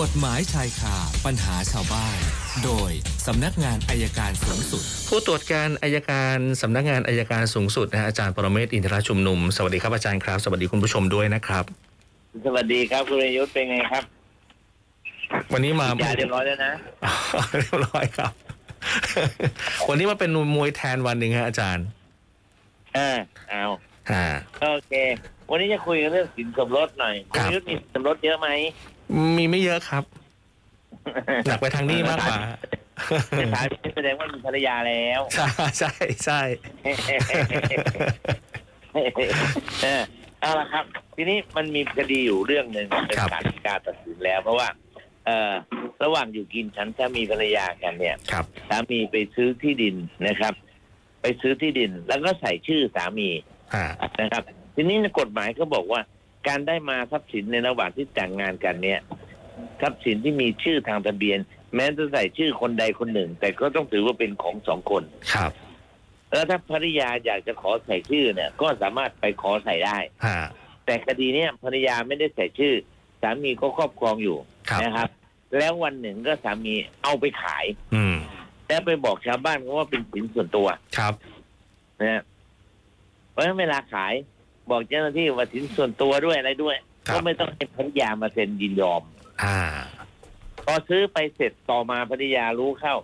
กฎหมายชายคาปัญหาชาวบ้าน โดยสำนักงานอายการสูงสุด ผู้ตรวจการอายการสำนักงานอายการสูงสุดนะฮะอาจารย์ปรเมศวร์อินทรชุมนุม สวัสดีครับอาจารย์ครับ สวัสดีคุณผู้ชมด้วยนะครับ สวัสดีครับคุณประยุทธ์เป็นไงครับ วันนี้มา ฉีดยาเรียบร้อยแล้วนะ อ๋อ เรียบร้อยครับ วันนี้มาเป็นมวยแทนวันหนึ่งฮะอาจารย์ อ่าเอา อ่า โอเค วันนี้จะคุยกันเรื่องสินสมรสหน่อยคุณประยุทธ์มีสินสมรสเยอะไหม มีไม่เยอะครับ หนักไปทางนี้มากก ว่า จะถามนี่แสดงว่ามีภรรยาแล้ว ใช่ใช่ใช่ เออเอาละครับ ทีนี้มันมีคดีอยู่เรื่องหนึ่งเป็น ครับ ศาลฎีกาตัดสินแล้ว เพราะว่า เออระหว่างอยู่กินฉันถ้ามีภรรยากันเนี่ย ครับ สามีไปซื้อที่ดินนะครับ ไปซื้อที่ดิน แล้วก็ใส่ชื่อสามี อ่า นะครับทีนี้ในกฎหมายก็บอกว่า การได้มาทรัพย์สินในระหว่างที่แต่งงานกันเนี่ยทรัพย์สินที่มีชื่อทางทะเบียน แม้จะใส่ชื่อคนใดคนหนึ่ง แต่ก็ต้องถือว่าเป็นของสองคน ครับ แล้วถ้าภริยาอยากจะขอใส่ชื่อเนี่ย ก็สามารถไปขอใส่ได้ อ่า แต่คดีเนี่ยภริยาไม่ได้ใส่ชื่อ สามีก็ครอบครองอยู่ ครับ นะครับ แล้ววันหนึ่งก็สามีเอาไปขาย อืม แล้วไปบอกชาวบ้านเขาว่าเป็นสินส่วนตัว ครับ นะฮะเพราะฉะนั้นเวลาขายบอกเจ้าหน้าที่ว่าสินส่วนตัวด้วยอะไรด้วย ครับ ก็ไม่ต้องให้ภรรยามาเซ็นยินยอม อ่า พอซื้อไปเสร็จต่อมาภรรยารู้เข้า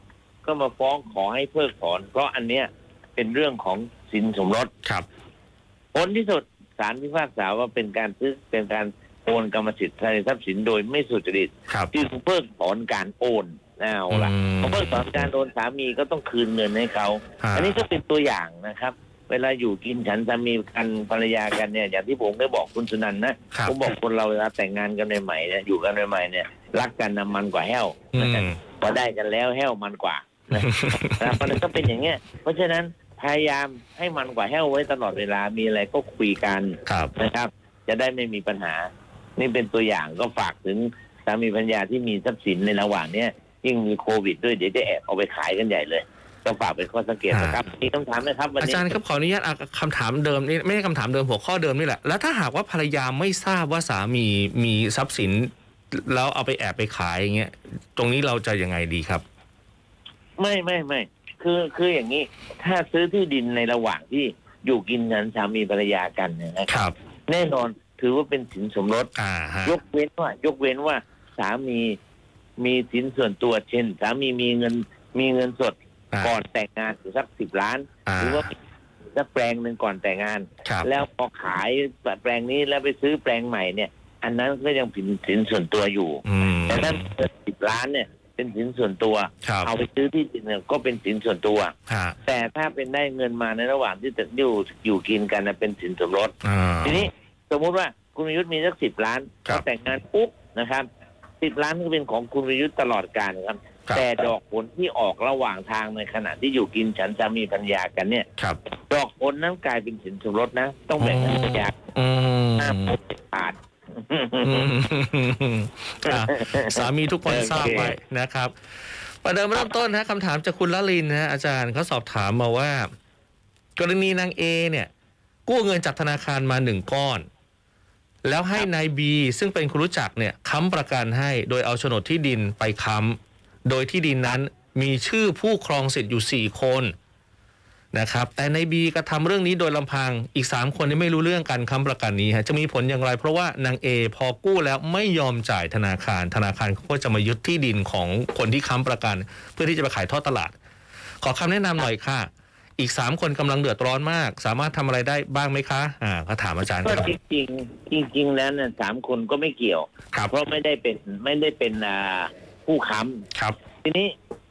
ก็มาฟ้องขอให้เพิกถอน เพราะอันเนี้ยเป็นเรื่องของสินสมรส ครับ ผลที่สุดศาลพิพากษาว่าเป็นการซื้อเป็นการโอนกรรมสิทธิ์ในทรัพย์สินโดยไม่สุจริต ครับ จึงเพิกถอนการโอนเอาละ ม พอเพิกถอนการโอนสามีก็ต้องคืนเงินให้เขา า อันนี้ก็เป็นตัวอย่างนะครับ เวลาอยู่กินฉันสามีกันภรรยากันเนี่ย อย่างที่ผมได้บอกคุณสุนันท์นะครับ ผมบอกคนเราเวลาแต่งงานกันใหม่ๆเนี่ยอยู่กันใหม่ๆเนี่ยรักกันนะมันกว่าแห้ว อืม นะครับพอได้กันแล้วแห้วมันกว่านะนะมันก็เป็นอย่างเงี้ยเพราะฉะนั้นพยายามให้มันกว่าแห้วไว้ตลอดเวลามีอะไรก็คุยกัน ครับ นะครับ จะได้ไม่มีปัญหา นี่เป็นตัวอย่างก็ฝากถึงสามีภรรยาที่มีทรัพย์สินในระหว่างเนี่ยยิ่งมีโควิดด้วยเดี๋ยวจะแอบเอาไปขายกันใหญ่เลย ก็ฝากเป็นข้อสังเกตนะครับมีคำถามไหมครับวัน อา นี้ จารย์ครับขออนุญาตอ่ะคำถามเดิมนี่ไม่ใช่คำถามเดิมหัวข้อเดิมนี่แหละ แล้วถ้าหากว่าภรรยาไม่ทราบว่าสามีมีทรัพย์สิน แล้วเอาไปแอบไปขายอย่างเงี้ย ตรงนี้เราจะยังไงดีครับ ไม่ไม่ไม่คือคืออย่างนี้ ถ้าซื้อที่ดินในระหว่างที่อยู่กินนั้นสามีภรรยากันเนี่ยนะครับ ครับ แน่นอนถือว่าเป็นสินสมรส อ่าฮะ ยกเว้นว่า ยกเว้นว่าสามีมีสินส่วนตัวเช่น สามีมีเงินมีเงินสด อ่า ก่อนแต่งงานอยู่สักสิบล้าน อ่า หรือว่าสักแปลงหนึ่งก่อนแต่งงาน ครับ แล้วพอขายแปลงนี้แล้วไปซื้อแปลงใหม่เนี่ย อันนั้นก็ยังผิดสินส่วนตัวอยู่ อืม แต่ถ้าเกิดสิบล้านเนี่ย เป็นสินส่วนตัว ครับ เอาไปซื้อที่ดินเนี่ยก็เป็นสินส่วนตัว ฮะ แต่ถ้าเป็นได้เงินมาในระหว่างที่จะอยู่อยู่กินกันนะเป็นสินสมรส อ่า ทีนี้สมมุติว่าคุณวิยุทธ์มีสักสิบล้าน ครับ พอแต่งงานปุ๊บนะครับสิบล้านก็เป็นของคุณวิยุทธ์ตลอดการครับ ครับ แต่ดอกผลที่ออกระหว่างทางในขณะที่อยู่กินฉันสามีภรรยากันเนี่ย ครับ ดอกผลนั้นกลายเป็นสินสมรสนะ ต้องแบ่งให้ภรรยา อืม ห้าเปอร์เซ็นต์ขาด อืม อ่ะ สามีทุกคนทราบไว้นะครับ ประเดิมเริ่มต้นนะคำถามจากคุณละลินนะฮะอาจารย์เขาสอบถามมาว่า กรณีนางเอเนี่ย กู้เงินจากธนาคารมาหนึ่งก้อน แล้วให้นายบีซึ่งเป็นคนรู้จักเนี่ยค้ำประกันให้ โดยเอาโฉนดที่ดินไปค้ำโดยที่ดินนั้นมีชื่อผู้ครองสิทธิ์อยู่สี่คนนะครับ แต่นายบีกระทำเรื่องนี้โดยลำพังอีกสามคนนี่ไม่รู้เรื่องการค้ำประกันนี้ฮะจะมีผลอย่างไรเพราะว่านางเอพอกู้แล้วไม่ยอมจ่ายธนาคาร ธนาคารเขาก็จะมายึดที่ดินของคนที่ค้ำประกัน เพื่อที่จะไปขายทอดตลาด ขอคำแนะนำหน่อยค่ะ อีกสามคนกำลังเดือดร้อนมาก สามารถทำอะไรได้บ้างไหมคะ อ่าก็ถามอาจารย์ค ก็ รับ จริงๆจริง ๆ แล้วเนี่ยสามคนก็ไม่เกี่ยว ครับ เพราะไม่ได้เป็นไม่ได้เป็นอ่าผู้ค้ ครับ ำทีนี้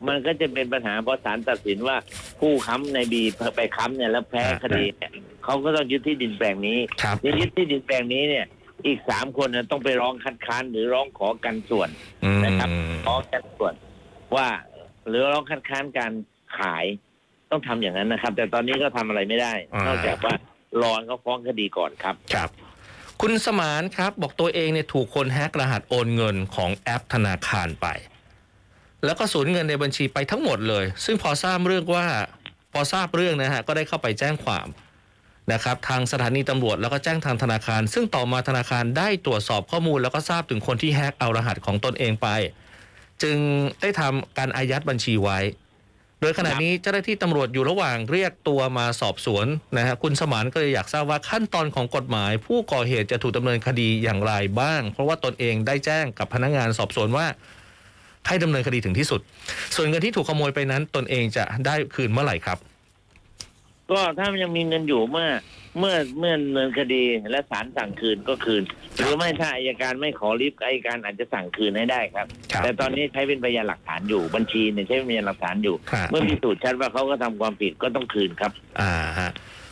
มันก็จะเป็นปัญหาเพราะศาลตัดสินว่าผู้ค้ำในบีไปค้ำเนี่ยแล้วแพ้ อ่า คดีเนี่ยเขาก็ต้องยึดที่ดินแปลงนี้ ครับ ในยึดที่ดินแปลงนี้เนี่ย อีกสามคนน่ะต้องไปร้องคัดค้านหรือร้องขอกันส่วน อืม นะครับ ขอกันส่วน ว่าหรือร้องคัดค้านการขายต้องทำอย่างนั้นนะครับ แต่ตอนนี้ก็ทำอะไรไม่ได้ นอกจากว่ารอเขาฟ้องคดีก่อนครับ ครับ คุณสมานครับ บอกตัวเองเนี่ยถูกคนแฮกรหัสโอนเงินของแอปธนาคารไป แล้วก็สูญเงินในบัญชีไปทั้งหมดเลย ซึ่งพอทราบเรื่องว่า พอทราบเรื่องนะฮะ ก็ได้เข้าไปแจ้งความ นะครับ ทางสถานีตำรวจแล้วก็แจ้งทางธนาคาร ซึ่งต่อมาธนาคารได้ตรวจสอบข้อมูล แล้วก็ทราบถึงคนที่แฮกเอารหัสของตนเองไป จึงได้ทำการอายัดบัญชีไว้ โดยขณะนี้เจ้าหน้าที่ตำรวจอยู่ระหว่างเรียกตัวมาสอบสวนนะฮะคุณสมานก็เลยอยากทราบว่าขั้นตอนของกฎหมาย ผู้ก่อเหตุจะถูกดำเนินคดีอย่างไรบ้าง เพราะว่าตนเองได้แจ้งกับพนักงานสอบสวนว่า ให้ดำเนินคดีถึงที่สุด ส่วนเงินที่ถูกขโมยไปนั้น ตนเองจะได้คืนเมื่อไหร่ครับ ก็ถ้ามันยังมีเงินอยู่เมื่อเมื่อเมื่อดำเนินคดีและศาลสั่งคืนก็คืน หรือไม่ถ้าอายการไม่ขอรีบอายการอาจจะสั่งคืนให้ได้ครับ ครับ แต่ตอนนี้ใช้เป็นพยานหลักฐานอยู่บัญชีเนี่ยใช้เป็นพยานหลักฐานอยู่ ครับ เมื่อพิสูจน์ชัดว่าเขาก็ทำความผิดก็ต้องคืนครับ อ่าฮะ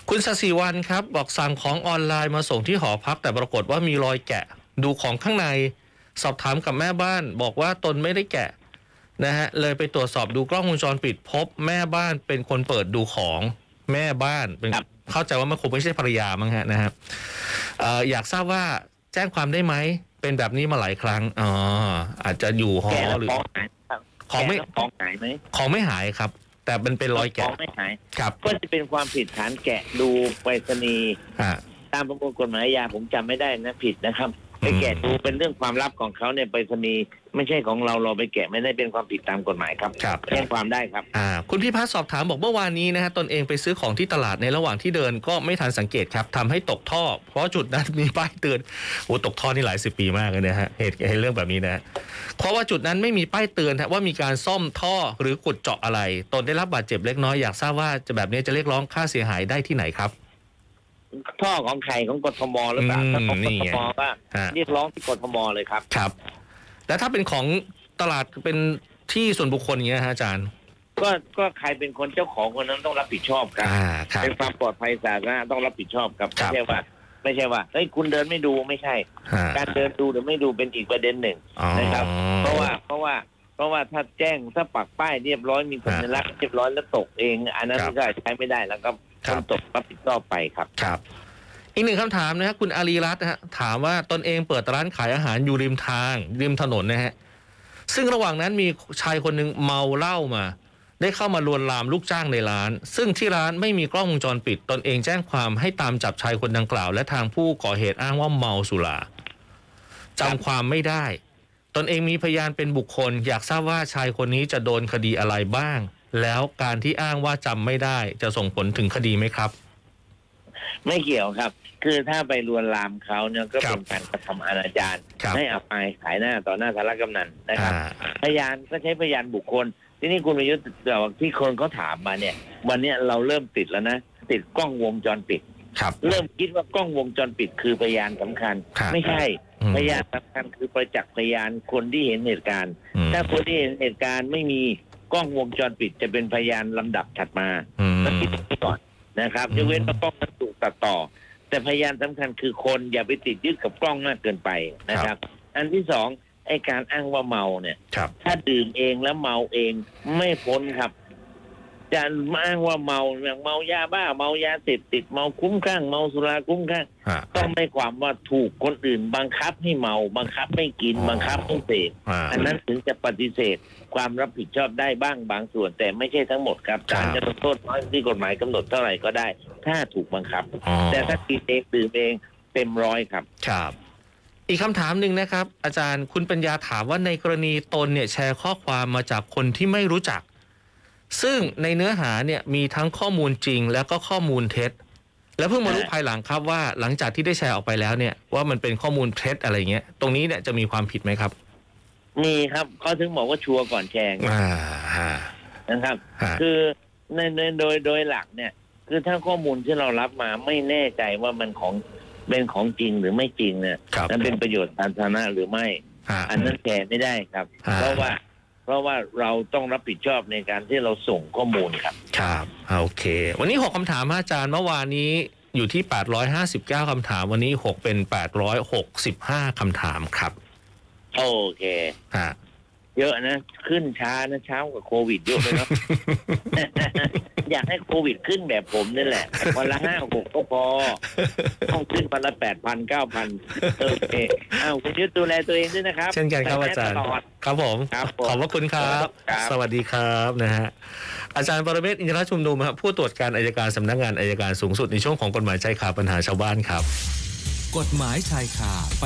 คุณสศิวันครับ บอกสั่งของออนไลน์มาส่งที่หอพัก แต่ปรากฏว่ามีรอยแกะ ดูของข้างใน สอบถามกับแม่บ้าน บอกว่าตนไม่ได้แกะนะฮะเลยไปตรวจสอบดูกล้องวงจรปิด พบแม่บ้านเป็นคนเปิดดูของแม่บ้านเป็น ครับ เข้าใจว่ามันคงไม่ใช่ภรรยามั้งฮะนะครับเอ่ออยากทราบว่าแจ้งความได้ไหมเป็นแบบนี้มาหลายครั้งอ๋ออาจจะอยู่หอ แก่แล้ว หรือ ของหายครับ ของไม่ แกะแล้วของหายไหม ของไม่หายครับ แต่มันเป็นรอย ข แกะ องไม่หาย ครับ ก็จะเป็นความผิดฐานแกะดูไปรษณีย์ อ่า ตามประมวลกฎหมายอาญาผมจำไม่ได้นะผิดนะครับไปแกะดูเป็นเรื่องความลับของเขาเนี่ยไปรษณีย์ไม่ใช่ของเราเราไปแกะไม่ได้เป็นความผิดตามกฎหมายครับ ครับ แจ้งความได้ครับ อ่าคุณพิพัฒน์สอบถามบอกเมื่อวานนี้นะฮะตนเองไปซื้อของที่ตลาดในระหว่างที่เดินก็ไม่ทันสังเกตครับทำให้ตกท่อ เพราะจุดนั้นมีป้ายเตือนโอ้ตกท่อนี่หลายสิบปีมากเลยนะฮะเหตุเหตุเรื่องแบบนี้นะฮะเพราะว่าจุดนั้นไม่มีป้ายเตือนฮะว่ามีการซ่อมท่อหรือขุดเจาะอะไร ตนได้รับบาดเจ็บเล็กน้อยอยากทราบว่าจะแบบนี้จะเรียกร้องค่าเสียหายได้ที่ไหนครับ ท่อของใครของกทมหรือเปล่า อืม ถ้าของก นี่ ท ไง มว่า ฮะ เรียกร้องที่กทมเลยครับ ครับ แล้วถ้าเป็นของตลาดเป็นที่ส่วนบุคคลอย่างเงี้ยฮะอาจารย์ ก็ก็ใครเป็นคนเจ้าของคนนั้นต้องรับผิดชอบครับ อ่าครับ เป็นความปลอดภัยสาธารณะต้องรับผิดชอบครับ ครับไม่ใช่ว่า ไม่ใช่ว่าเฮ้ยคุณเดินไม่ดูไม่ใช่ ฮะ การเดินดูหรือไม่ดูเป็นอีกประเด็นหนึ่ง อ๋อ นะครับ เพราะว่าเพราะว่าเพราะว่าถ้าแจ้งถ้าปักป้ายเรียบร้อยมีสัญลักษณ์เรียบร้อยแล้วตกเอง อันนั้น ครับ ก็ใช้ไม่ได้แล้วก็ ครับต้องตกรับผิดชอบไปครับ ครับ อีกหนึ่งคำถามนะครับคุณอารีรัตน์นะฮะถามว่าตนเองเปิดร้านขายอาหารอยู่ริมทางริมถนนนะฮะซึ่งระหว่างนั้นมีชายคนหนึ่งเมาเหล้ามา ได้เข้ามาลวนลามลูกจ้างในร้าน ซึ่งที่ร้านไม่มีกล้องวงจรปิด ตนเองแจ้งความให้ตามจับชายคนดังกล่าว และทางผู้ก่อเหตุอ้างว่าเมาสุราจำความไม่ได้ ตนเองมีพยานเป็นบุคคล อยากทราบว่าชายคนนี้จะโดนคดีอะไรบ้าง แล้วการที่อ้างว่าจำไม่ได้ จะส่งผลถึงคดีไหมครับ ไม่เกี่ยวครับ คือถ้าไปลวนลามเขาเนี่ยก็ ครั เป็ บ นการกระทำอนาจาร ครับ ให้อับอายขายหน้าต่อหน้าสารกำนันนะครับ อ่า พยานก็ใช้พยานบุคคล ทีนี้คุณประยุทธ์แต่ว่าที่คนเขาถามมาเนี่ย วันเนี้ยเราเริ่มติดแล้วนะ ติดกล้องวงจรปิด ครับ เริ่มคิดว่ากล้องวงจรปิดคือพยานสำคัญ ครับ ไม่ใช่ อืม พยานสำคัญคือประจักษ์พยานคนที่เห็นเหตุการณ์ อืม ถ้าคนที่เห็นเหตุการณ์ไม่มีกล้องวงจรปิดจะเป็นพยานลำดับถัดมา อืม ต้องคิดอย่างนี้ก่อนนะครับ อืม ยกเว้นว่ากล้องมันถูกตัดต่อ แต่พยานสำคัญคือคนอย่าไปติดยึดกับกล้องมากเกินไปนะครับ อันที่สองไอการอ้างว่าเมาเนี่ย ครับ ถ้าดื่มเองแล้วเมาเองไม่พ้นครับจะอ้างว่าเมาอย่างเมายาบ้า เมายาเสพติดเมาคุ้มข้างเมาสุราคุ้มข้าง ฮะ ต้องไม่ความว่าถูกคนอื่นบังคับให้เมา บังคับไม่กิน อ๋อ บังคับไม่เสพ อ่า อันนั้นถึงจะปฏิเสธความรับผิดชอบได้บ้างบางส่วน แต่ไม่ใช่ทั้งหมดครับ ครั กา บ รจะลงโทษน้อยที่กฎหมายกำหนดเท่าไหร่ก็ได้ ถ้าถูกบังคับ อ๋อ แต่ถ้ากินเองดื่มเองเต็มร้อยครับ ครับ อีกคำถามหนึ่งนะครับ อาจารย์คุณปัญญาถามว่าในกรณีตนเนี่ยแชร์ข้อความมาจากคนที่ไม่รู้จัก ซึ่งในเนื้อหาเนี่ยมีทั้งข้อมูลจริง แล้วก็ข้อมูลเท็จ แล้วเพิ่งมารู้ภายหลังครับว่าหลังจากที่ได้แชร์ออกไปแล้วเนี่ยว่ามันเป็นข้อมูลเท็จอะไรเงี้ย ตรงนี้เนี่ยจะมีความผิดไหมครับ มีครับเขาถึงบอกว่าชัวร์ก่อนแชร์ไง อ่าฮะ นะครับ ฮะ คือในในโดยโดยหลักเนี่ย คือถ้าข้อมูลที่เรารับมาไม่แน่ใจว่ามันของเป็นของจริงหรือไม่จริงเนี่ย ครับ มันเป็นประโยชน์สาธารณะหรือไม่ ฮะ อันนั้นแชร์ไม่ได้ครับ อ่า เพราะว่า เพราะว่าเราต้องรับผิดชอบในการที่เราส่งข้อมูลครับ ครับโอเค วันนี้ 6คำถามฮะอาจารย์เมื่อวานนี้อยู่ที่ 859คำถาม วันนี้ 6 เป็น 865คำถามครับ โอเค ฮะ เยอะนะ ขึ้นช้านะเช้ากว่าโควิดเยอะเลย เนาะ อยากให้โควิดขึ้นแบบผมนี่แหละวันละห้าหกก็พอ ต้องขึ้นวันละแปดพันเก้าพันโอเคอ้าวคุณยุทธดูแลตัวเองด้วยนะครับ เช่นกันครับอาจารย์ ใส่แมสตลอด ครับผม ครับผม ขอบพระคุณครับ ครับ สวัสดีครับนะฮะ อาจารย์ปรเมศวร์อินทรชุมนุมครับผู้ตรวจการอายการสำนักงานอายการสูงสุดในช่วงของกฎหมายใจขาปัญหาชาวบ้านครับ กฎหมายชายคาปัญ